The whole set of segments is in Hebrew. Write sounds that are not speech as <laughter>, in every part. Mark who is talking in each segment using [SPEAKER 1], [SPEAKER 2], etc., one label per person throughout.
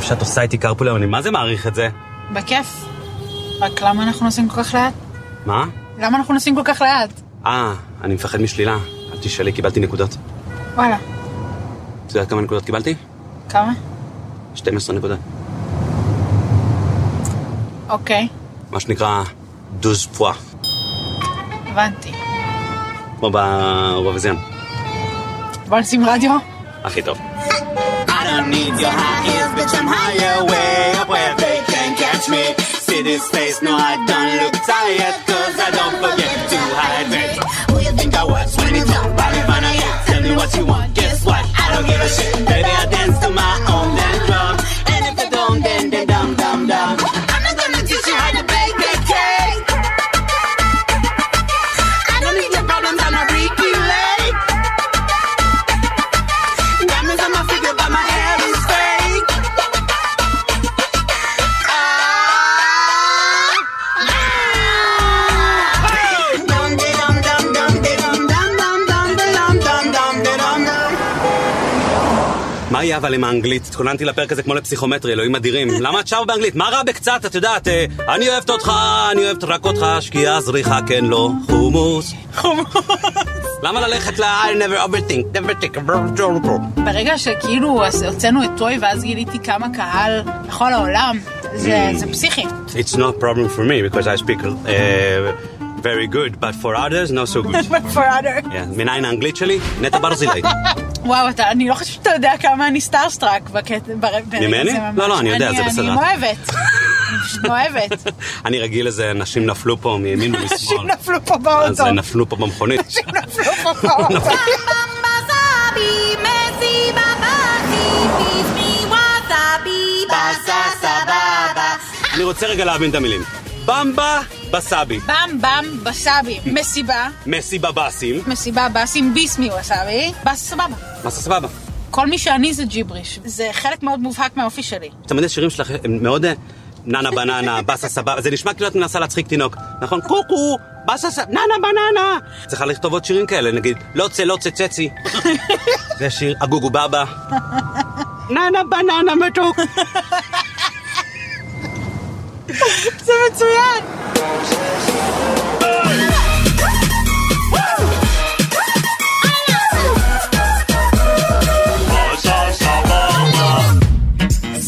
[SPEAKER 1] שאת עושה איתי carpool היום, אני מה זה מעריך את זה?
[SPEAKER 2] בכיף. רק למה אנחנו נוסעים כל כך לאט?
[SPEAKER 1] מה?
[SPEAKER 2] למה אנחנו נוסעים כל כך לאט?
[SPEAKER 1] אה, אני מפחד משלילה. אל תשאלי, קיבלתי נקודות.
[SPEAKER 2] וואלה,
[SPEAKER 1] את יודעת כמה נקודות קיבלתי?
[SPEAKER 2] כמה?
[SPEAKER 1] 12 נקודות.
[SPEAKER 2] אוקיי,
[SPEAKER 1] מה שנקרא דוז פואה,
[SPEAKER 2] הבנתי.
[SPEAKER 1] כמו באירוויזיון.
[SPEAKER 2] בוא נשים רדיו. <laughs>
[SPEAKER 1] הכי טוב.
[SPEAKER 3] I don't need your high heels, bitch. I'm higher way up where they can catch me. See this face? No, I don't look tired, cause I don't forget to hydrate. Who you think I was when it's all about Nirvana? Yeah, tell me what you want. Guess what? I don't give a shit. Baby, I dance to my own damn drum. And if I don't, then, then, dum, dum, dum. I'm not gonna teach you how to bake that cake. I don't need your problems, I'm not freaky late. Diamonds on my figure, but my hair is fake. Ah, ah. Dum, de, dum, dum, dum, de, dum, dum, dum, dum, de, dum, dum, dum, de, dum, dum.
[SPEAKER 1] מה יהיה אבל עם האנגלית? התכוננתי לפרק הזה כמו לפסיכומטרי, אלוהים אדירים. <laughs> למה את שרה באנגלית? מה רע בקצת? את יודעת, אה, אני אוהבת אותך, אני אוהבת רק אותך, שקיעה זריחה, כן, לא, חומוס. חומוס. למה ללכת ל- I never overthink, never think, never think.
[SPEAKER 2] ברגע שכאילו אז הוצאנו את טוי ואז גיליתי כמה קהל בכל העולם, זה, זה פסיכי.
[SPEAKER 1] It's not a problem for me, because I speak uh, very good, but <laughs> for others, not so good. <laughs>
[SPEAKER 2] Forever.
[SPEAKER 1] Yeah, מניין האנגלית שלי? נטע ברזילי. <laughs>
[SPEAKER 2] וואו, אתה, אני לא חושבת שאתה יודע כמה אני סטארסטראק בקטע, ברגע זה
[SPEAKER 1] ממני?
[SPEAKER 2] ממש.
[SPEAKER 1] לא, לא, אני יודע, זה בסדר.
[SPEAKER 2] אני אוהבת. אני פשוט
[SPEAKER 1] <laughs>
[SPEAKER 2] אוהבת.
[SPEAKER 1] אני רגיל לזה, נשים נפלו פה מימין ומשמאל.
[SPEAKER 2] אנשים נפלו פה
[SPEAKER 1] אז
[SPEAKER 2] באוטו.
[SPEAKER 1] הם <laughs> נפלו פה במכונית.
[SPEAKER 2] אנשים נפלו פה <laughs> באוטו.
[SPEAKER 4] Wasabi, messy babasi, feed me wasabi, basa sababa.
[SPEAKER 1] אני רוצה רגע להבין את המילים. במבה בסאבי.
[SPEAKER 2] במ במ בסאבי. מסיבה.
[SPEAKER 1] מסי בבאסים.
[SPEAKER 2] מסיבה באסים ביסמי וסאבי. באס סבבה.
[SPEAKER 1] מה זה סבבה?
[SPEAKER 2] כל מי שאני זה ג'יבריש. זה חלק מאוד מובהק מהאופי שלי.
[SPEAKER 1] תמיד השירים שלך הם מאוד אה, ננה בננה, באסה סבבה. זה נשמע כאילו את מנסה להצחיק תינוק. נכון? קוקו, באסה סבבה, ננה בננה. צריכה לכתוב עוד שירים כאלה, נגיד, לא לוצה לוצה צצי. זה שיר אגוגו בבא. ננה בננה מתוק.
[SPEAKER 2] זה מצוין!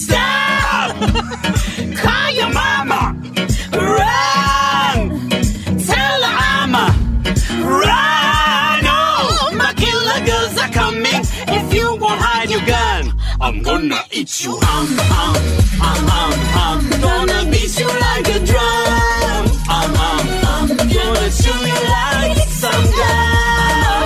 [SPEAKER 3] Stop! Call your mama! Run! Tell her I'm a run! Oh, my killer girls are coming. If you won't hide your gun, I'm gonna eat you. Um, um, um, um, um. Gonna beat you like a drum. Um, um, um. Gonna chew you like some gum.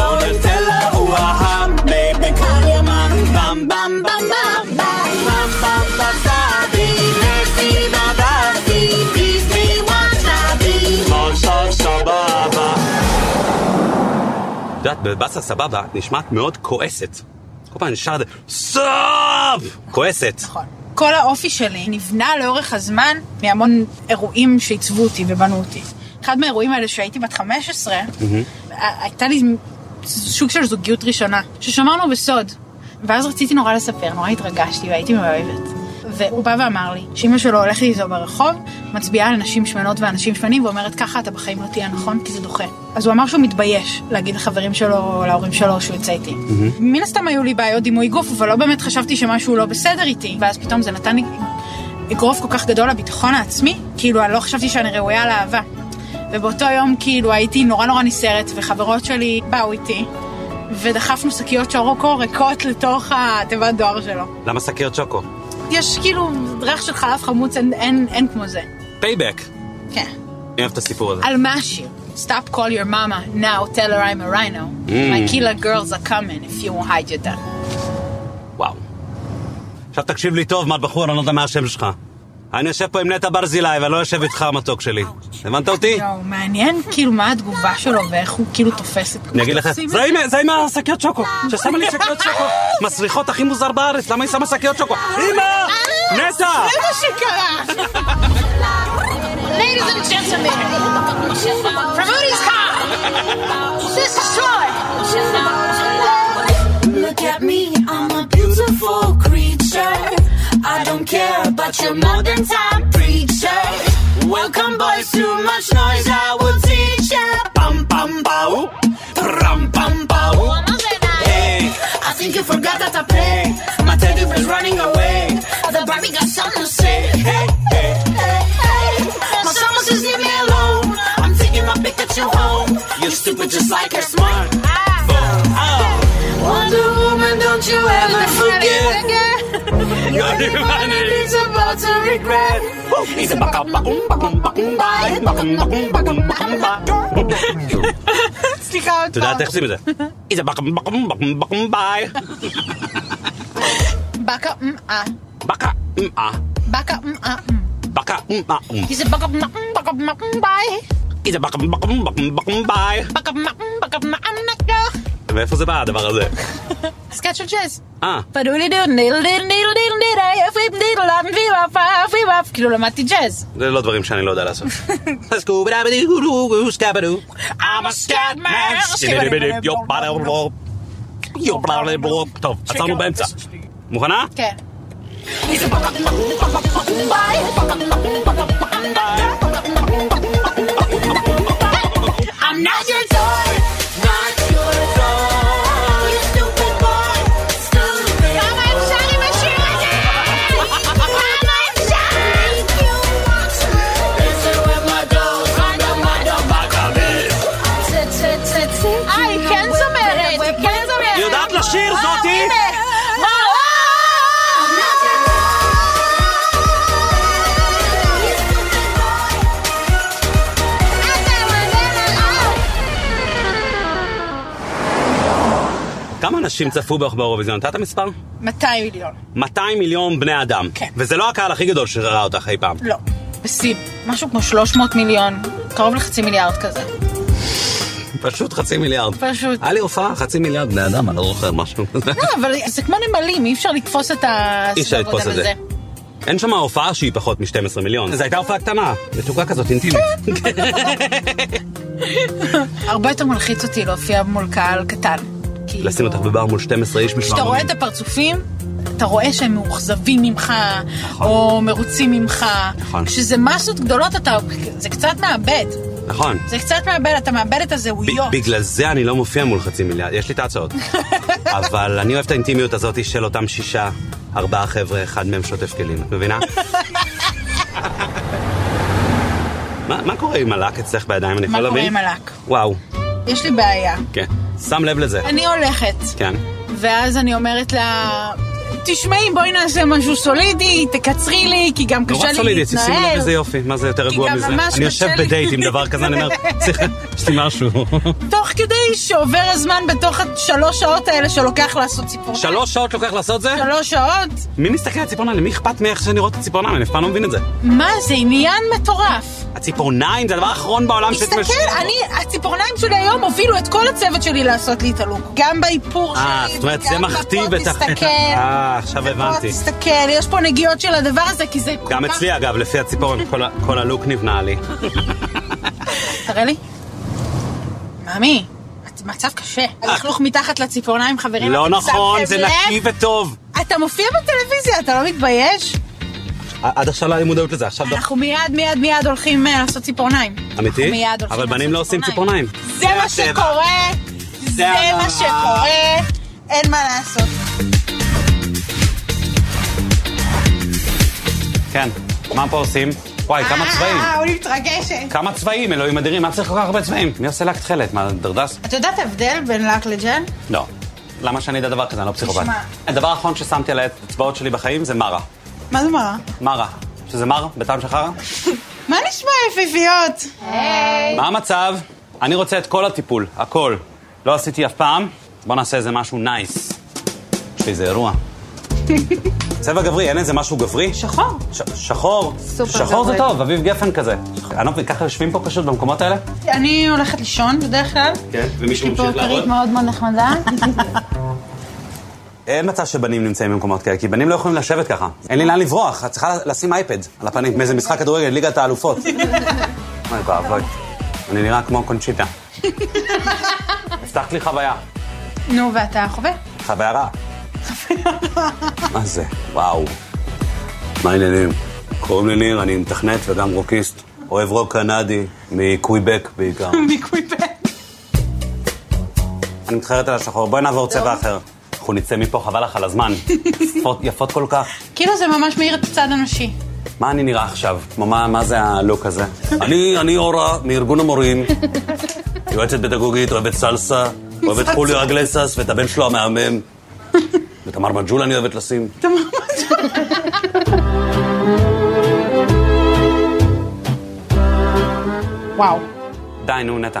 [SPEAKER 3] Gonna tell her who I am, baby. Call your mama. Bam, bam, bam, bam, bam. Bam, bam, wasabi. Merci, babasi. Please me wasabi. Monster, sababa.
[SPEAKER 1] את יודעת, בבאסה סבבה את נשמעת מאוד כועסת. כל פעם נשאר את זה, סאב! כועסת.
[SPEAKER 2] נכון. כל האופי שלי נבנה לאורך הזמן מהמון אירועים שעיצבו אותי ובנו אותי. אחד מהאירועים האלה שהייתי בת 15, ה- הייתה לי סוג של זוגיות ראשונה, ששמרנו בסוד. ואז רציתי נורא לספר, נורא התרגשתי והייתי מאוהבת. והוא בא ואמר לי שאימא שלו הולכת איתו ברחוב, מצביעה על נשים שמנות ואנשים שמנים ואומרת ככה אתה בחיים לא תהיה נכון כי זה דוחה. אז הוא אמר שהוא מתבייש להגיד לחברים שלו או להורים שלו שהוא יצא איתי. מן הסתם היו לי בעיות דימוי גוף אבל לא באמת חשבתי שמשהו לא בסדר איתי. ואז פתאום זה נתן לי אגרוף כל כך גדול לביטחון העצמי, כאילו אני לא חשבתי שאני ראויה לאהבה. ובאותו יום כאילו הייתי נורא נורא נסערת וחברות שלי באו איתי. ודחפנו שקיות שורוקו ריקות לתוך התיבת דואר שלו.
[SPEAKER 1] למה שקר צ'וקו?
[SPEAKER 2] יש כאילו ריח של חלב חמוץ, אין, אין, אין כמו זה.
[SPEAKER 1] פייבק.
[SPEAKER 2] כן.
[SPEAKER 1] אני אוהב את הסיפור הזה.
[SPEAKER 2] על מה השיר? Stop call your mama, now tell her I'm a rhino.
[SPEAKER 1] Mm.
[SPEAKER 2] My killer girls are coming if you won't hide your gun.
[SPEAKER 1] וואו. עכשיו תקשיב לי טוב, מר בחור, אני לא יודע מה השם שלך. אני יושב פה עם נטע ברזילי, ואני לא יושב איתך המתוק שלי. הבנת אותי?
[SPEAKER 2] יואו, מעניין כאילו מה התגובה שלו ואיך הוא כאילו תופס את...
[SPEAKER 1] אני אגיד לך,
[SPEAKER 2] עושים את
[SPEAKER 1] זה עם- זה עם השקיות שוקו, ששמה לי שקיות שוקו. מסריחות הכי מוזר בארץ, למה היא שמה שקיות שוקו? אמא! נטע!
[SPEAKER 2] זה מה שקרה!
[SPEAKER 4] Ladies and gentlemen, from Udi's car, this is Troy.
[SPEAKER 3] Look at me, I'm a beautiful creature.
[SPEAKER 4] Such a modern time preacher.
[SPEAKER 3] Welcome, boys, too much noise, I will teach ya. Bum, bum, bow. Rum, bum, bow. Hey,
[SPEAKER 4] I think you forgot that I pray. My teddy was running away. The Barbie got something to say. Hey, hey, hey, hey. My summer says leave me alone. I'm taking my Pikachu home. You're stupid just like her smart.
[SPEAKER 1] <laughs>
[SPEAKER 4] Ah. Wonder Woman, don't you ever forget.
[SPEAKER 1] You're the money.
[SPEAKER 4] It's about to regret.
[SPEAKER 3] He's a baka,
[SPEAKER 4] um,
[SPEAKER 3] bakum, bakum, bakum,
[SPEAKER 4] eh?
[SPEAKER 3] bye. Bakum, bakum, bakum, bakum,
[SPEAKER 1] <laughs>
[SPEAKER 3] bye.
[SPEAKER 2] סליחה עוד
[SPEAKER 1] את יודעת איך
[SPEAKER 2] פעם. <laughs>
[SPEAKER 1] עושים את זה? איזה בקם בקם בקם בקם ביי.
[SPEAKER 2] בקה אמאה.
[SPEAKER 1] בקה אמאה.
[SPEAKER 2] בקה אה, אמאה.
[SPEAKER 1] בקה אמאה. אמ-.
[SPEAKER 2] כי זה בקה אמאה. בקה אמאה. ביי.
[SPEAKER 1] איזה אמ-, בקם בקם בקם בקם ביי.
[SPEAKER 2] בקה אמאה. בקה אה, אמאה.
[SPEAKER 1] מאיפה זה בא הדבר הזה?
[SPEAKER 2] סקאט של ג'אז.
[SPEAKER 1] אה,
[SPEAKER 2] פדולידו ניל ניל ניל ניל ניל יפים ניל ניל ניל ניל כאילו למדתי ג'אז.
[SPEAKER 1] זה לא דברים שאני לא יודע לעשות. סקובי דאבי די גו דו גו סקאבי דו.
[SPEAKER 3] I'm a scat man.
[SPEAKER 1] שיבי דיבי דיב, יו בלה בלו. יו בלה בלה בלו. טוב, עצרנו באמצע. מוכנה?
[SPEAKER 2] כן.
[SPEAKER 4] I'm not your toy. Not your toy. You stupid boy. Stupid. Come and shine my Come and shine. You monster. This is where my dolls under my dog.
[SPEAKER 2] אה, היא כן זמרת, היא כן זמרת.
[SPEAKER 1] היא יודעת לשיר
[SPEAKER 4] אה,
[SPEAKER 1] זאתי? כמה אנשים צפו בך באירוויזיון? נתת מספר?
[SPEAKER 2] 200 מיליון.
[SPEAKER 1] 200 מיליון בני אדם.
[SPEAKER 2] כן.
[SPEAKER 1] וזה לא הקהל הכי גדול שראה אותך אי פעם.
[SPEAKER 2] לא. בסין. משהו כמו 300 מיליון. קרוב לחצי מיליארד כזה.
[SPEAKER 1] פשוט חצי מיליארד.
[SPEAKER 2] פשוט.
[SPEAKER 1] היה לי הופעה חצי מיליארד בני אדם, אני לא זוכר משהו.
[SPEAKER 2] <laughs> לא, אבל זה כמו נמלים, אי אפשר לתפוס את ה...
[SPEAKER 1] אי אפשר לתפוס את זה. אין שם הופעה שהיא פחות מ-12 מיליון. זו הייתה הופעה קטנה, מתוקה כזאת, אינטימית.
[SPEAKER 2] כן. הרבה יותר מלחיץ אותי להופיע מול קהל קטן. כאילו,
[SPEAKER 1] לשים אותך בבר מול 12 איש משמע.
[SPEAKER 2] כשאתה רואה את הפרצופים, אתה רואה שהם מאוכזבים ממך, או מרוצים ממך.
[SPEAKER 1] נכון.
[SPEAKER 2] כשזה מסות גדולות, אתה... זה קצת מאבד.
[SPEAKER 1] נכון.
[SPEAKER 2] זה קצת מאבד, אתה מאבד את הזהויות.
[SPEAKER 1] ב- בגלל זה אני לא מופיע מול חצי מיליארד, יש לי את
[SPEAKER 2] <laughs>
[SPEAKER 1] ההצעות. אבל אני אוהב את האינטימיות הזאת של אותם שישה, ארבעה חבר'ה, אחד מהם שוטף כלים, את
[SPEAKER 2] <laughs>
[SPEAKER 1] מבינה? מה, מה קורה עם הלק אצלך בידיים? אני יכול
[SPEAKER 2] מה
[SPEAKER 1] להבין?
[SPEAKER 2] קורה עם הלק?
[SPEAKER 1] וואו,
[SPEAKER 2] יש לי בעיה.
[SPEAKER 1] כן. שם לב לזה.
[SPEAKER 2] אני הולכת.
[SPEAKER 1] כן.
[SPEAKER 2] ואז אני אומרת לה, תשמעי, בואי נעשה משהו סולידי, תקצרי לי, כי גם קשה
[SPEAKER 1] נורא
[SPEAKER 2] לי
[SPEAKER 1] סולידי, שימי לב
[SPEAKER 2] להתנהל.
[SPEAKER 1] איזה יופי, מה זה יותר רגוע
[SPEAKER 2] גם
[SPEAKER 1] מזה?
[SPEAKER 2] ממש
[SPEAKER 1] אני יושב
[SPEAKER 2] קשה לי.
[SPEAKER 1] בדייט עם דבר כזה, אני
[SPEAKER 2] <laughs>
[SPEAKER 1] אומר, צריך, יש לי משהו.
[SPEAKER 2] תוך כדי שעובר הזמן בתוך השלוש שעות האלה שלוקח לעשות ציפורניים.
[SPEAKER 1] שלוש שעות לוקח לעשות זה?
[SPEAKER 2] שלוש שעות?
[SPEAKER 1] מי מסתכל על ציפורניים? למי אכפת מאיך שנראות הציפורניים? אני אף פעם לא מבין את זה.
[SPEAKER 2] מה זה, עניין מטורף.
[SPEAKER 1] הציפורניים זה הדבר האחרון בעולם שאת משאירה
[SPEAKER 2] תסתכל,
[SPEAKER 1] בו.
[SPEAKER 2] אני, הציפורניים שלי היום הובילו את כל הצוות שלי לעשות לי את הלוק. גם באיפור שלי,
[SPEAKER 1] אה, זאת אומרת, זה
[SPEAKER 2] וגם
[SPEAKER 1] מכתיב
[SPEAKER 2] בפה
[SPEAKER 1] את ה...
[SPEAKER 2] תסתכל.
[SPEAKER 1] אה, עכשיו
[SPEAKER 2] פה
[SPEAKER 1] הבנתי.
[SPEAKER 2] תסתכל, יש פה נגיעות של הדבר הזה, כי זה כל כך...
[SPEAKER 1] גם אצלי, אגב, לפי הציפורן, כל ה- כל הלוק נבנה לי.
[SPEAKER 2] תראה לי. מאמי, את במצב קשה. הלכלוך מתחת לציפורניים, חברים.
[SPEAKER 1] לא
[SPEAKER 2] אתם
[SPEAKER 1] נכון,
[SPEAKER 2] שמתם
[SPEAKER 1] זה
[SPEAKER 2] לב?
[SPEAKER 1] נקי וטוב.
[SPEAKER 2] אתה מופיע בטלוויזיה, אתה לא מתבייש?
[SPEAKER 1] עד עכשיו לא היה לי מודעות לזה, עכשיו דווקא.
[SPEAKER 2] אנחנו מיד, מיד, מיד הולכים אה, לעשות ציפורניים. אנחנו
[SPEAKER 1] אמיתי?
[SPEAKER 2] מיד הולכים
[SPEAKER 1] אבל בנים
[SPEAKER 2] לעשות
[SPEAKER 1] לא עושים ציפורניים.
[SPEAKER 2] זה מה שקורה, זה
[SPEAKER 1] הטבע.
[SPEAKER 2] מה שקורה, אין מה לעשות.
[SPEAKER 1] כן. מה פה עושים? וואי, כמה צבעים.
[SPEAKER 2] אה, אני מתרגשת.
[SPEAKER 1] כמה צבעים, אלוהים אדירים, מה צריך כל כך הרבה צבעים? מי עושה לק תכלת? מה, דרדס?
[SPEAKER 2] את יודעת ההבדל בין לק לג'ל?
[SPEAKER 1] לא. למה שאני אדע דבר כזה? אני לא פסיכופת.
[SPEAKER 2] תשמע.
[SPEAKER 1] הדבר האחרון ששמתי על האצבעות שלי בחיים זה מרה.
[SPEAKER 2] מה זה מראה?
[SPEAKER 1] מרה. שזה מר, בטעם של חרא?
[SPEAKER 2] מה נשמע יפיפיות? כן.
[SPEAKER 1] מה המצב? אני רוצה את כל הטיפול, הכל. לא עשיתי אף פעם, בוא נעשה איזה משהו נייס. יש לי איזה אירוע.
[SPEAKER 2] <laughs>
[SPEAKER 1] צבע גברי, אין איזה משהו גברי?
[SPEAKER 2] שחור.
[SPEAKER 1] ש- שחור.
[SPEAKER 2] סופר
[SPEAKER 1] שחור זה
[SPEAKER 2] גברי.
[SPEAKER 1] טוב, אביב גפן כזה. אני לא מבין, ככה יושבים פה פשוט במקומות האלה?
[SPEAKER 2] אני הולכת לישון בדרך כלל.
[SPEAKER 1] כן, ומישהו
[SPEAKER 2] יש לי פה כרית מאוד מאוד נחמדה.
[SPEAKER 1] אין מצב שבנים נמצאים במקומות כאלה, כי בנים לא יכולים לשבת ככה. אין לי לאן לברוח, את צריכה לשים אייפד על הפנים, מאיזה משחק כדורגל, ליגת
[SPEAKER 2] <laughs>
[SPEAKER 1] האלופות. אוי ואבוי, אני נראה כמו קונצ'יטה. הבטחת לי חוויה,
[SPEAKER 2] נו, ואתה חווה?
[SPEAKER 1] חוויה רעה. מה זה? וואו. מה העניינים? קוראים לי ניר, אני מתכנת וגם רוקיסט. אוהב רוק קנדי, מקוויבק בעיקר.
[SPEAKER 2] מקוויפק.
[SPEAKER 1] אני מתחרט על השחור, בואי נעבור צבע אחר. אנחנו נצא מפה, חבל לך על הזמן. יפות- יפות כל כך.
[SPEAKER 2] כאילו זה ממש מאיר את הצד הנשי.
[SPEAKER 1] מה אני נראה עכשיו? מה- מה, מה זה הלוק הזה? אני, אני אורה מארגון המורים, יועצת פדגוגית, אוהבת סלסה, אוהבת חוליו אגלסס ואת הבן שלו המהמם. ותמר מג'ול אני אוהבת לשים. תמר
[SPEAKER 2] וואו.
[SPEAKER 1] מג'ול. די, נו, נטע.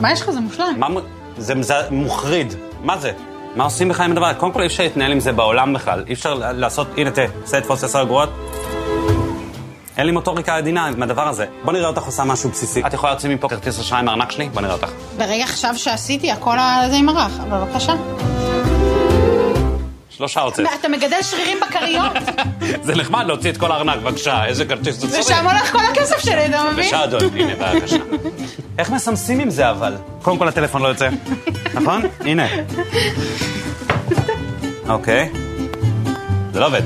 [SPEAKER 2] מה יש לך? זה מושלם.
[SPEAKER 1] מה, מ- זה, זה מוחריד. מה זה? מה עושים בכלל עם הדבר? קודם כל, אי אפשר להתנהל עם זה בעולם בכלל. אי אפשר לעשות, הנה, תה, סט תפוס עשר אגורות. אין לי מוטוריקה עדינה מהדבר הזה. בוא נראה אותך עושה משהו בסיסי. את יכולה להוציא מפה כרטיס אשראי מהארנק שלי? בוא נראה אותך.
[SPEAKER 2] ברגע עכשיו שעשיתי, הכל הזה עם הרח, אבל בבקשה.
[SPEAKER 1] שלושה
[SPEAKER 2] <laughs>
[SPEAKER 1] הוצאת.
[SPEAKER 2] אתה מגדל שרירים <laughs> בכריות,
[SPEAKER 1] זה נחמד להוציא את כל הארנק, בבקשה, איזה כרטיס אתה צריך.
[SPEAKER 2] ושם הולך כל הכסף שלי, אתה מבין?
[SPEAKER 1] בבקשה, אדון, הנה, בבקשה. איך מסמסים עם זה אבל? קודם כל הטלפון לא יוצא, נכון? הנה. אוקיי. זה לא עובד.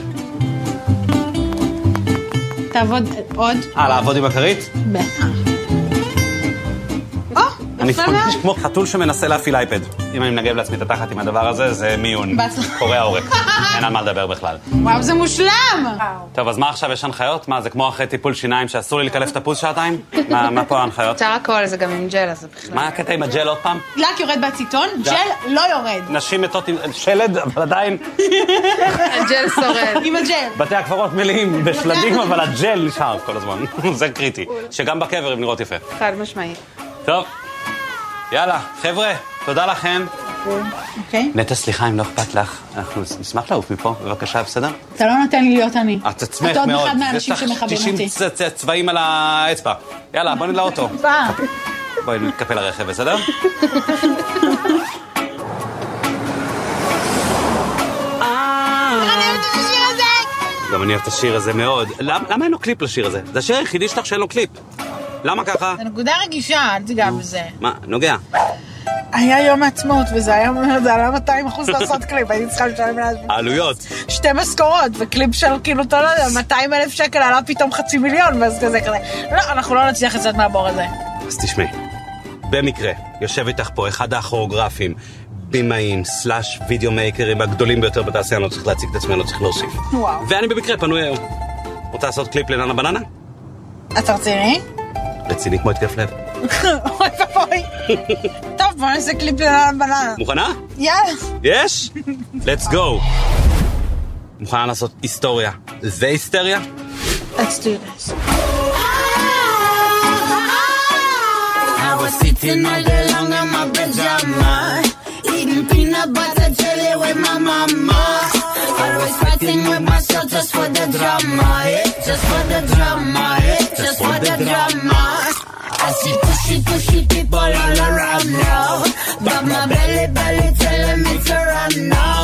[SPEAKER 2] תעבוד עוד.
[SPEAKER 1] אה, לעבוד עם הכרית?
[SPEAKER 2] בטח. או,
[SPEAKER 1] אני
[SPEAKER 2] אה, יפה מאוד.
[SPEAKER 1] מרגיש כמו חתול שמנסה להפעיל אייפד. אם אני מנגב לעצמי את התחת עם הדבר הזה, זה מיון.
[SPEAKER 2] בהצלחה.
[SPEAKER 1] קורע
[SPEAKER 5] <laughs>
[SPEAKER 1] עורק. אין על מה לדבר בכלל.
[SPEAKER 2] וואו, זה מושלם!
[SPEAKER 1] טוב, אז מה עכשיו, יש הנחיות? מה, זה כמו אחרי טיפול שיניים שאסור לי לקלף תפוז שעתיים? מה מה פה ההנחיות?
[SPEAKER 5] אפשר הכל, זה גם עם ג'ל, אז זה בכלל...
[SPEAKER 1] מה הקטע עם הג'ל עוד פעם?
[SPEAKER 2] דלק יורד בהציתון, ג'ל לא יורד.
[SPEAKER 1] נשים מתות עם שלד, אבל עדיין
[SPEAKER 5] הג'ל שורד.
[SPEAKER 2] עם הג'ל.
[SPEAKER 1] בתי הקברות מלאים בשלדים, אבל הג'ל נשאר כל הזמן. <laughs> זה קריטי. שגם בקבר הן נראות יפה.
[SPEAKER 5] חד משמעית.
[SPEAKER 1] טוב, יאללה, חבר'ה, תודה לכם.
[SPEAKER 2] אוקיי.
[SPEAKER 1] נטע, סליחה אם לא אכפת לך, אנחנו נשמח לעוף מפה, בבקשה, בסדר?
[SPEAKER 2] אתה לא נותן לי להיות אני.
[SPEAKER 1] את עצמך
[SPEAKER 2] אתה
[SPEAKER 1] מאוד.
[SPEAKER 2] עוד אחד מהאנשים
[SPEAKER 1] יש לך
[SPEAKER 2] שמכבים
[SPEAKER 1] 90
[SPEAKER 2] אותי.
[SPEAKER 1] צ- צ- צבעים על האצבע. יאללה, בואי לאוטו.
[SPEAKER 2] בא.
[SPEAKER 1] בואי נתקפל לרכב, בסדר?
[SPEAKER 2] אני אוהבת את השיר הזה!
[SPEAKER 1] גם אני אוהב את השיר הזה מאוד. למ- למה אין לו קליפ לשיר הזה? זה השיר היחידי שלך שאין לו קליפ. למה ככה?
[SPEAKER 2] זה נקודה רגישה, אל תיגע בזה.
[SPEAKER 1] מה, נוגע.
[SPEAKER 2] היה יום העצמאות, וזה היה זה עלה 200 אחוז לעשות קליפ, הייתי צריכה לשלם לה
[SPEAKER 1] העלויות.
[SPEAKER 2] שתי משכורות, וקליפ של כאילו, אתה לא יודע, 200 אלף שקל עלה פתאום חצי מיליון, ואז כזה כזה. לא, אנחנו לא נצליח לצאת מהבור הזה.
[SPEAKER 1] אז תשמעי, במקרה, יושב איתך פה אחד הכוריאוגרפים, בימאים, סלאש וידאו מייקרים הגדולים ביותר בתעשייה, אני לא צריך להציג את עצמי, אני לא צריך להוסיף.
[SPEAKER 2] וואו.
[SPEAKER 1] ואני במקרה פנוי היום. רוצה לעשות קליפ לננה בננה?
[SPEAKER 2] אתה רציני?
[SPEAKER 1] רציני כמו התקף לב.
[SPEAKER 2] אוי ואבוי. טוב, בוא נעשה קליפ לנעל בננה.
[SPEAKER 1] מוכנה?
[SPEAKER 2] יאללה.
[SPEAKER 1] יש? let's go. מוכנה לעשות היסטוריה והיסטריה?
[SPEAKER 2] Let's do this.
[SPEAKER 4] I was sitting all day long in my pajama, eating peanut butter jelly with my mama. I was fighting with myself just for the drama, eh? just for the drama, eh? just for the drama. I see pushy, pushy people all around now, but my belly, belly telling me to run now.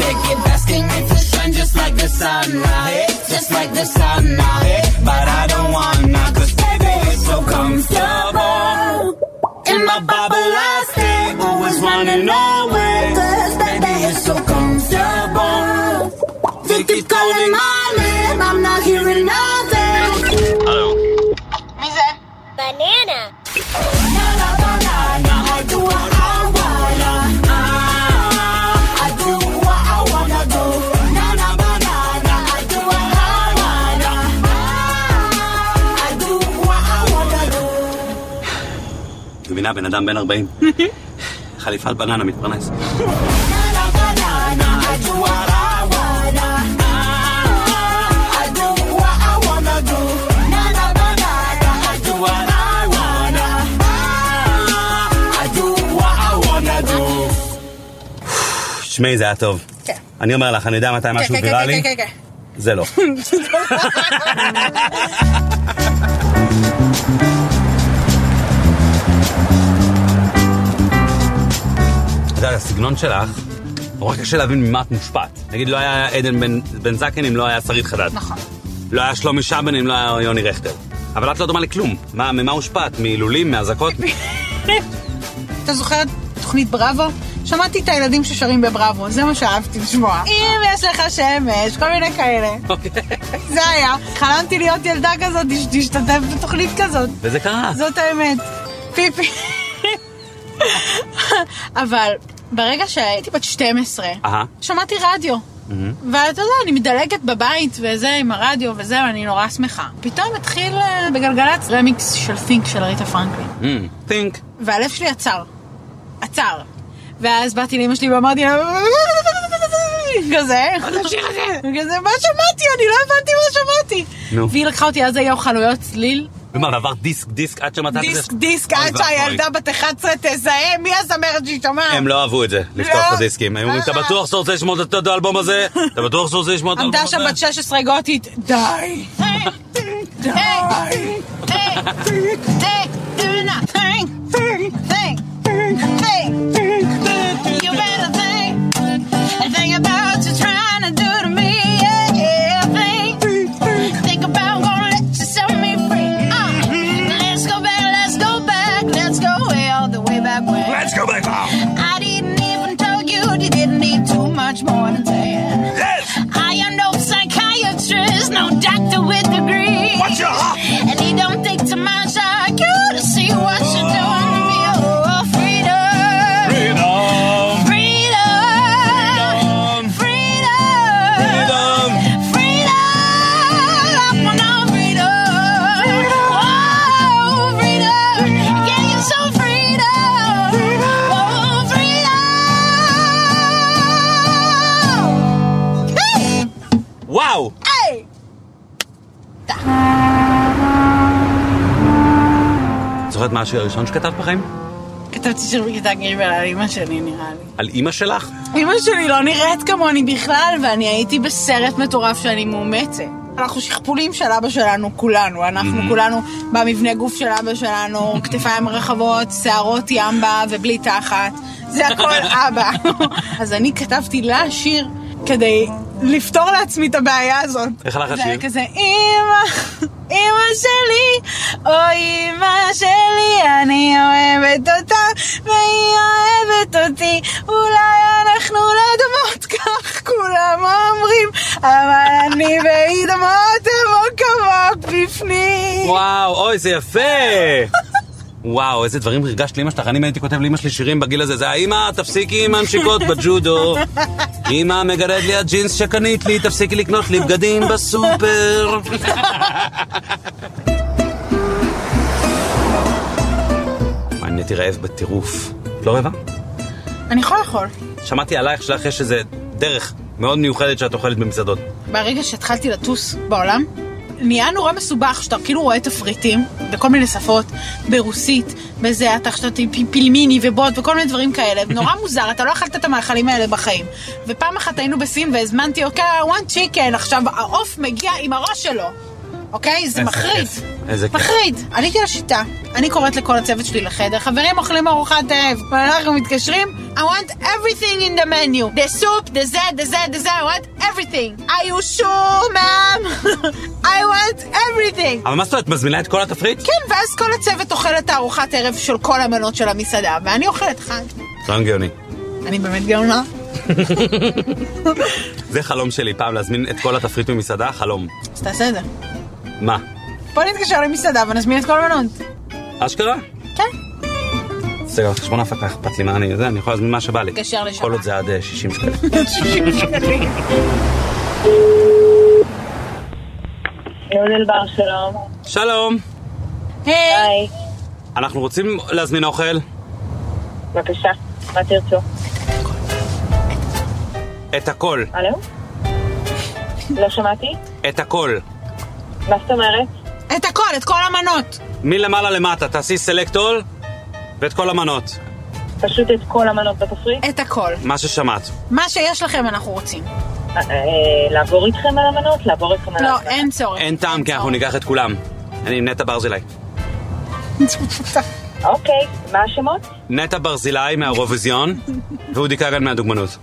[SPEAKER 4] They keep asking me to shine just like the sun, now, eh? just like the sun, now, eh? but I don't wanna, cause baby it's so comfortable. In my bubble I stay, always running away. Cause baby it's so comfortable. They keep calling my name, I'm not hearing nothing.
[SPEAKER 6] Banana.
[SPEAKER 4] Na, na, banana, I do what I wanna. Ah, I do what I wanna do. Na, na, banana, I do what I wanna. Ah, I do what I wanna do.
[SPEAKER 1] את מבינה, בן אדם בן 40. חליפת בננה מתפרנס. שמעי, זה היה טוב.
[SPEAKER 2] כן.
[SPEAKER 1] אני אומר לך, אני יודע מתי משהו
[SPEAKER 2] כן, כן,
[SPEAKER 1] ויראלי.
[SPEAKER 2] כן, כן, כן.
[SPEAKER 1] זה
[SPEAKER 2] <laughs>
[SPEAKER 1] לא. את יודעת, הסגנון שלך, נורא קשה להבין ממה את מושפעת. נגיד, לא היה עדן בן- בן זקן אם לא היה שרית חדד.
[SPEAKER 2] נכון.
[SPEAKER 1] לא היה שלומי שבן אם לא היה יוני רכטר. אבל את לא דומה לכלום. מה- ממה הושפעת? מהילולים? מהזעקות?
[SPEAKER 2] <laughs> אתה זוכר את תוכנית בראבו? שמעתי את הילדים ששרים בבראבו, זה מה שאהבתי לשמוע. אם יש לך שמש, כל מיני כאלה.
[SPEAKER 1] אוקיי.
[SPEAKER 2] זה היה. חלמתי להיות ילדה כזאת, לש- להשתתף בתוכנית כזאת.
[SPEAKER 1] וזה קרה.
[SPEAKER 2] זאת האמת. פיפי. אבל ברגע שהייתי בת 12,
[SPEAKER 1] אהה. Mm-hmm.
[SPEAKER 2] שמעתי רדיו. ואתה יודע, אני מדלגת בבית וזה עם הרדיו וזה, ואני נורא שמחה. פתאום התחיל אה, בגלגלצ רמיקס של פינק של ריטה פרנקלין.
[SPEAKER 1] תינק.
[SPEAKER 2] והלב שלי עצר. עצר. ואז באתי לאמא שלי ואמרתי לה... כזה. כזה, מה שמעתי? אני לא הבנתי מה שמעתי.
[SPEAKER 1] נו.
[SPEAKER 2] והיא לקחה אותי, אז היו חנויות צליל.
[SPEAKER 1] ומה, ועברת דיסק, דיסק עד שמצאת את זה?
[SPEAKER 2] דיסק, דיסק,
[SPEAKER 1] אוי
[SPEAKER 2] עד
[SPEAKER 1] ואבוי.
[SPEAKER 2] שהילדה בת 11 תזהה מי הזמרת שהיא שומעת.
[SPEAKER 1] הם לא אהבו את זה, לפתוח
[SPEAKER 2] לא.
[SPEAKER 1] את הדיסקים. הם אומרים, אתה בטוח שאתה רוצה לשמוע את אותו האלבום הזה? אתה בטוח שאתה רוצה לשמוע את האלבום
[SPEAKER 2] עמדה
[SPEAKER 1] הזה?
[SPEAKER 2] שם בת 16 גותית, די. די.
[SPEAKER 4] You better think and think about what you're trying to do to me. Yeah, yeah. Think, think about gonna let you set me free. Uh, let's go back, let's go back, let's go way all the way back when. Let's go back now. I didn't even tell you you didn't need too much more than ten. I am no psychiatrist, no doctor with degree. What's your And he don't think to my like you to see what you're doing to me. Oh, freedom. Freedom! Freedom! Freedom! I want all freedom! Oh, freedom! Give you some freedom! Oh, freedom! Hey!
[SPEAKER 1] וואו!
[SPEAKER 4] Hey!
[SPEAKER 1] זוכרת מה השיר הראשון שכתבת בחיים?
[SPEAKER 2] כתבתי שיר בכיתה ג' על אימא שלי, נראה לי.
[SPEAKER 1] על אימא שלך?
[SPEAKER 2] אימא שלי לא נראית כמוני בכלל, ואני הייתי בסרט מטורף שאני מאומצת. אנחנו שכפולים של אבא שלנו, כולנו. אנחנו כולנו במבנה גוף של אבא
[SPEAKER 1] <laughs>
[SPEAKER 2] שלנו, כתפיים רחבות, שערות ימבה ובלי תחת. זה
[SPEAKER 1] <laughs>
[SPEAKER 2] הכל אבא. אז אני כתבתי לה שיר כדי לפתור לעצמי את הבעיה הזאת.
[SPEAKER 1] איך הלך
[SPEAKER 2] זה
[SPEAKER 1] השיר?
[SPEAKER 2] היה כזה, אימא, אימא שלי, אוי אימא שלי, אני אוהבת אותה, והיא אוהבת אותי. אולי אנחנו לא דומות כך, כולם אומרים, אבל אני והיא דומות עמוק עמוק בפנים.
[SPEAKER 1] וואו, אוי, זה יפה! וואו, איזה דברים הרגשת לאמא שלך. אני, אם הייתי כותב לאמא שלי שירים בגיל הזה, זה האמא, תפסיקי עם הנשיקות בג'ודו. אמא, מגרד לי הג'ינס שקנית לי, תפסיקי לקנות לי בגדים בסופר. מה, אני הייתי רעב בטירוף. את לא רעבה?
[SPEAKER 2] אני יכול לאכול.
[SPEAKER 1] שמעתי עלייך שלך יש איזה דרך מאוד מיוחדת שאת אוכלת במסעדות.
[SPEAKER 2] ברגע שהתחלתי לטוס בעולם, נהיה נורא מסובך, שאתה כאילו רואה תפריטים בכל מיני שפות, ברוסית, בזה, אתה חשבת פילמיני ובוט וכל מיני דברים
[SPEAKER 1] <laughs>
[SPEAKER 2] כאלה. נורא מוזר, אתה לא אכלת את המאכלים האלה בחיים. ופעם אחת היינו בסין והזמנתי, אוקיי, one chicken, עכשיו העוף מגיע עם הראש שלו. אוקיי? זה
[SPEAKER 1] איזה
[SPEAKER 2] מחריד.
[SPEAKER 1] כיף, איזה כיף.
[SPEAKER 2] מחריד. עליתי לשיטה, אני קוראת לכל הצוות שלי לחדר, חברים אוכלים ארוחת ערב, ואנחנו מתקשרים, I want everything in the menu, the soup, the זה, the זה, the זה, I want everything. are you sure, ma'am? <laughs> I want everything.
[SPEAKER 1] אבל מה זאת אומרת, מזמינה את כל התפריט?
[SPEAKER 2] כן, ואז כל הצוות אוכל את הארוחת ערב של כל המנות של המסעדה, ואני אוכלת חג.
[SPEAKER 1] לא הגיוני.
[SPEAKER 2] אני באמת גאונה.
[SPEAKER 1] זה חלום שלי, פעם להזמין את כל התפריט ממסעדה, חלום.
[SPEAKER 2] אז תעשה את זה.
[SPEAKER 1] מה?
[SPEAKER 2] בוא נתקשר למסעדה ונזמין את כל המנות.
[SPEAKER 1] אשכרה?
[SPEAKER 2] כן.
[SPEAKER 1] בסדר, על חשבון ההפקה אכפת לי מה אני, זה, אני יכול להזמין מה שבא לי.
[SPEAKER 2] תתקשר לשם.
[SPEAKER 1] כל עוד זה עד אה, 60 שקלים.
[SPEAKER 2] <laughs>
[SPEAKER 6] נודל בר שלום.
[SPEAKER 1] שלום,
[SPEAKER 2] היי,
[SPEAKER 6] היי.
[SPEAKER 1] אנחנו רוצים להזמין אוכל.
[SPEAKER 6] בבקשה, מה תרצו?
[SPEAKER 1] את הכל,
[SPEAKER 6] הלו? לא שמעתי?
[SPEAKER 1] את הכל.
[SPEAKER 6] מה זאת אומרת?
[SPEAKER 2] את הכל, את כל המנות.
[SPEAKER 1] מלמעלה למטה, תעשי סלקט אול ואת כל המנות.
[SPEAKER 6] פשוט את כל המנות בתפריט?
[SPEAKER 2] את הכל.
[SPEAKER 1] מה ששמעת.
[SPEAKER 2] מה שיש לכם אנחנו רוצים.
[SPEAKER 6] אה, אה, לעבור איתכם על המנות? לעבור איתכם על
[SPEAKER 2] לא,
[SPEAKER 6] המנות?
[SPEAKER 2] אין צורך.
[SPEAKER 1] אין טעם, כי אנחנו ניקח את כולם. אני עם נטע ברזילי.
[SPEAKER 6] אוקיי, מה השמות?
[SPEAKER 1] נטע ברזילי מהאירוויזיון, ואודי כגן מהדוגמנות.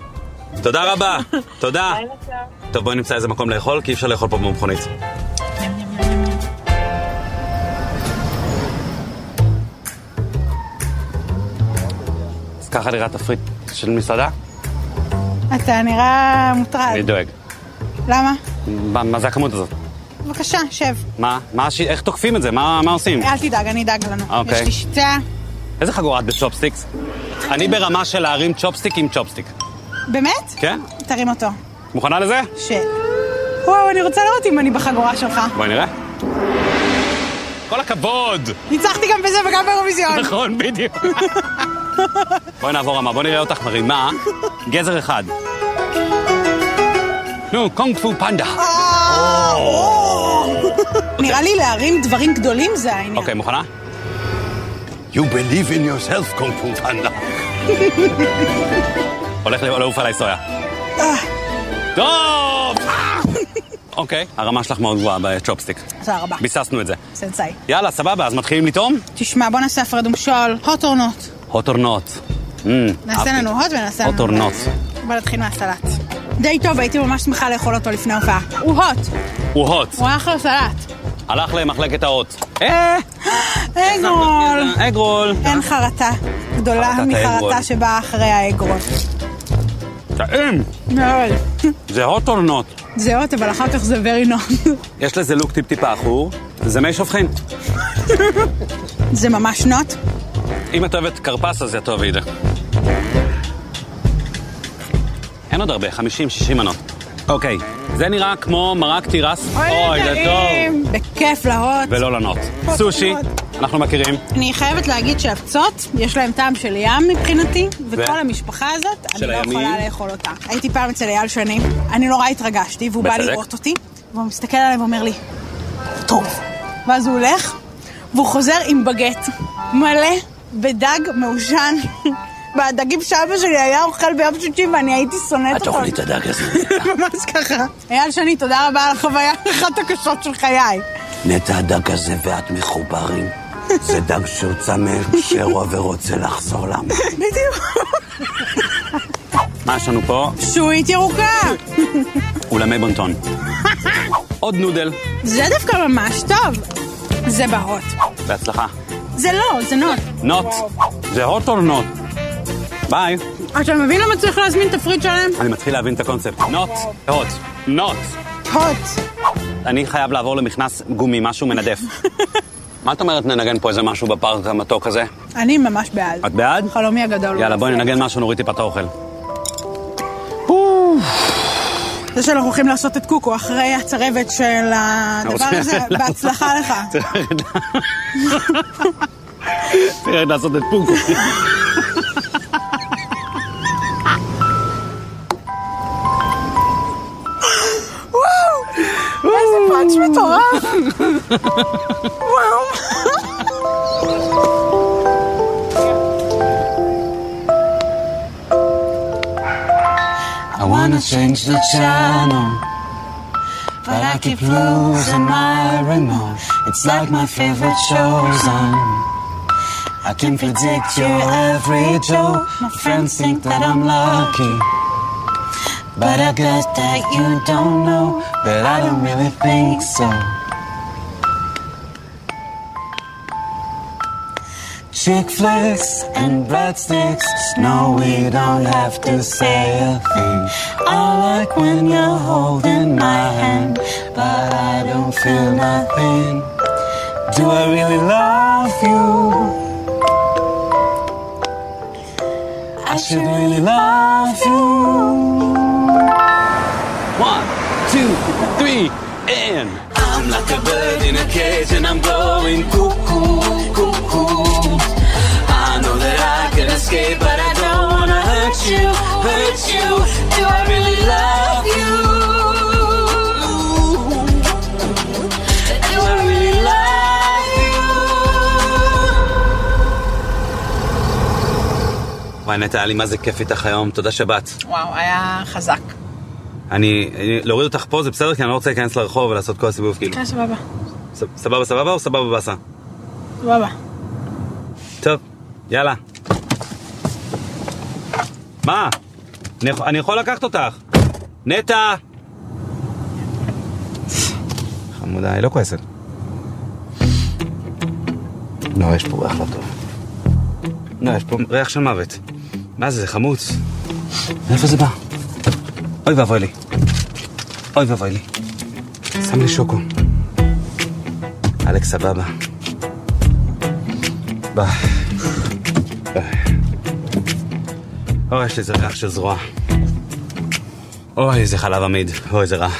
[SPEAKER 1] תודה רבה, תודה.
[SPEAKER 6] היי, מצב.
[SPEAKER 1] טוב, בואי נמצא איזה מקום לאכול, כי אי אפשר לאכול פה במכונית. אז ככה נראה תפריט של מסעדה,
[SPEAKER 2] אתה נראה
[SPEAKER 1] אני
[SPEAKER 2] מוטרד.
[SPEAKER 1] דואג.
[SPEAKER 2] למה?
[SPEAKER 1] מה- מה זה הכמות הזאת?
[SPEAKER 2] בבקשה, שב.
[SPEAKER 1] מה? מה הש- איך תוקפים את זה? מה מה עושים?
[SPEAKER 2] אל תדאג, אני אדאג לנו.
[SPEAKER 1] אוקיי.
[SPEAKER 2] יש לי שיטה.
[SPEAKER 1] איזה חגורה את בצ'ופסטיקס? אני ברמה של להרים צ'ופסטיק עם צ'ופסטיק.
[SPEAKER 2] באמת?
[SPEAKER 1] כן?
[SPEAKER 2] תרים אותו.
[SPEAKER 1] מוכנה לזה?
[SPEAKER 2] ש... וואו, אני רוצה לראות אם אני בחגורה שלך.
[SPEAKER 1] בואי נראה. כל הכבוד!
[SPEAKER 2] ניצחתי גם בזה וגם באירוויזיון.
[SPEAKER 1] נכון, בדיוק. בואי נעבור רמה, בואי נראה אותך מרימה. גזר אחד. נו, קונג פו פנדה.
[SPEAKER 2] אה, או. נראה לי להרים דברים גדולים זה העניין.
[SPEAKER 1] אוקיי, מוכנה? You believe in yourself, קונג פו פנדה. הולך לעוף עליי סויה.
[SPEAKER 2] אה.
[SPEAKER 1] טוב! אוקיי, הרמה שלך מאוד גבוהה בצ'ופסטיק.
[SPEAKER 2] תודה רבה.
[SPEAKER 1] ביססנו את זה.
[SPEAKER 2] סנסאי.
[SPEAKER 1] יאללה, סבבה, אז מתחילים לטעום?
[SPEAKER 2] תשמע, בוא נעשה הפרד ומשול. הוט אור נוט.
[SPEAKER 1] הוט אור נוט. Mm,
[SPEAKER 2] נעשה לנו הוט ונעשה
[SPEAKER 1] אוקיי.
[SPEAKER 2] לנו...
[SPEAKER 1] הוט אור נוט.
[SPEAKER 2] בוא נתחיל מהסלט. די טוב, הייתי ממש שמחה לאכול אותו לפני ההופעה. הוא הוט,
[SPEAKER 1] הוא הוט.
[SPEAKER 2] הוא אחלה סלט.
[SPEAKER 1] הלך למחלקת האות. אה,
[SPEAKER 2] אגרול!
[SPEAKER 1] אגרול.
[SPEAKER 2] אין כן, חרטה גדולה
[SPEAKER 1] חרטת האגרול.
[SPEAKER 2] מחרטה שבאה אחרי האגרול.
[SPEAKER 1] טעים.
[SPEAKER 2] מאוד.
[SPEAKER 1] זה הוט אור נוט.
[SPEAKER 2] זה הוט, אבל אחר כך זה very not. <laughs>
[SPEAKER 1] יש לזה לוק טיפ-טיפה עכור, זה מי שופכין.
[SPEAKER 2] זה ממש נוט.
[SPEAKER 1] אם את אוהבת כרפס, אז זה טוב עידה. אין עוד הרבה, 50-60 מנות. אוקיי, זה נראה כמו מרק תירס. אוי, זה טוב.
[SPEAKER 2] בכיף להוט.
[SPEAKER 1] ולא לנות.
[SPEAKER 2] טוב
[SPEAKER 1] סושי,
[SPEAKER 2] מאוד.
[SPEAKER 1] אנחנו מכירים.
[SPEAKER 2] אני חייבת להגיד שהפצות, יש להם טעם של ים מבחינתי, וכל המשפחה הזאת,
[SPEAKER 1] של
[SPEAKER 2] אני לא
[SPEAKER 1] הימים.
[SPEAKER 2] יכולה לאכול אותה. הייתי פעם אצל אייל שני, אני נורא התרגשתי, והוא בא
[SPEAKER 1] בצדק.
[SPEAKER 2] לראות אותי, והוא מסתכל עליי ואומר לי, טוב. ואז הוא הולך, והוא חוזר עם בגט מלא בדג מעושן. <laughs> והדגים שאבא שלי היה אוכל ביום שישי ואני הייתי שונאת אותו.
[SPEAKER 1] הדג הזה.
[SPEAKER 2] ממש ככה. אייל שני, תודה רבה על החוויה <laughs> אחת הקשות של חיי.
[SPEAKER 7] נטע הדג הזה ואת מחוברים. זה דג שהוצא מהקשרו ורוצה לחזור למה.
[SPEAKER 2] בדיוק.
[SPEAKER 1] מה יש לנו פה?
[SPEAKER 2] שועית ירוקה.
[SPEAKER 1] אולמי בונטון. עוד נודל.
[SPEAKER 2] זה דווקא ממש טוב. זה בהוט.
[SPEAKER 1] בהצלחה.
[SPEAKER 2] זה לא, זה נוט.
[SPEAKER 1] נוט. זה הוט או נוט? ביי.
[SPEAKER 2] אתה מבין למה צריך להזמין תפריט שלם?
[SPEAKER 1] אני מתחיל להבין את הקונספט. נוט, הוט, נוט.
[SPEAKER 2] הוט.
[SPEAKER 1] אני חייב לעבור למכנס גומי, משהו מנדף. מה את אומרת ננגן פה איזה משהו בפארק המתוק הזה?
[SPEAKER 2] אני ממש בעד.
[SPEAKER 1] את בעד?
[SPEAKER 2] חלומי הגדול.
[SPEAKER 1] יאללה, בואי ננגן משהו, נוריד טיפה את האוכל.
[SPEAKER 2] זה שאנחנו הולכים לעשות את קוקו אחרי הצרבת של הדבר
[SPEAKER 1] רוצה-
[SPEAKER 2] הזה, בהצלחה
[SPEAKER 1] <laughs>
[SPEAKER 2] לך.
[SPEAKER 1] צריך ללכת ל- צריך ללכת לעשות את פוקו.
[SPEAKER 2] איזה פאנץ' מטורף. וואו.
[SPEAKER 7] I wanna change the channel, but I keep losing my remote. It's like my favorite show's on. I can predict your every joke. My friends think that I'm lucky, but I guess that you don't know. But I don't really think so. Chick flicks and breadsticks. No, we don't have to say a thing. I like when you're holding my hand, but I don't feel nothing. Do I really love you? I should really love you.
[SPEAKER 1] 1, 2, 3, and...
[SPEAKER 7] I'm like a bird in a cage and I'm going cuckoo, cuckoo. I know that I could escape, but I don't wanna hurt you, hurt you. Do I really love you? Do I really love you?
[SPEAKER 1] וואי, נטע, היה לי מה זה כיף איתך היום, תודה שבאת.
[SPEAKER 2] וואו, היה חזק.
[SPEAKER 1] אני... אני- להוריד אותך פה זה בסדר, כי אני לא רוצה להיכנס לרחוב ולעשות כל הסיבוב, כאילו.
[SPEAKER 2] כן, סבבה.
[SPEAKER 1] ס- סבבה סבבה או סבבה באסה?
[SPEAKER 2] סבבה.
[SPEAKER 1] טוב, יאללה. מה? אני, יכול- אני יכול לקחת אותך. נטע! חמודה, היא לא כועסת. לא, יש פה ריח לא טוב. לא, יש פה ריח של מוות. מה זה, זה חמוץ? מאיפה זה בא? אוי ואבוי לי. אוי ואבוי לי. שם לי שוקו. פרק סבבה. ביי. ביי. אוי, יש לי איזה ריח של זרוע. אוי, איזה חלב עמיד. אוי, איזה רע.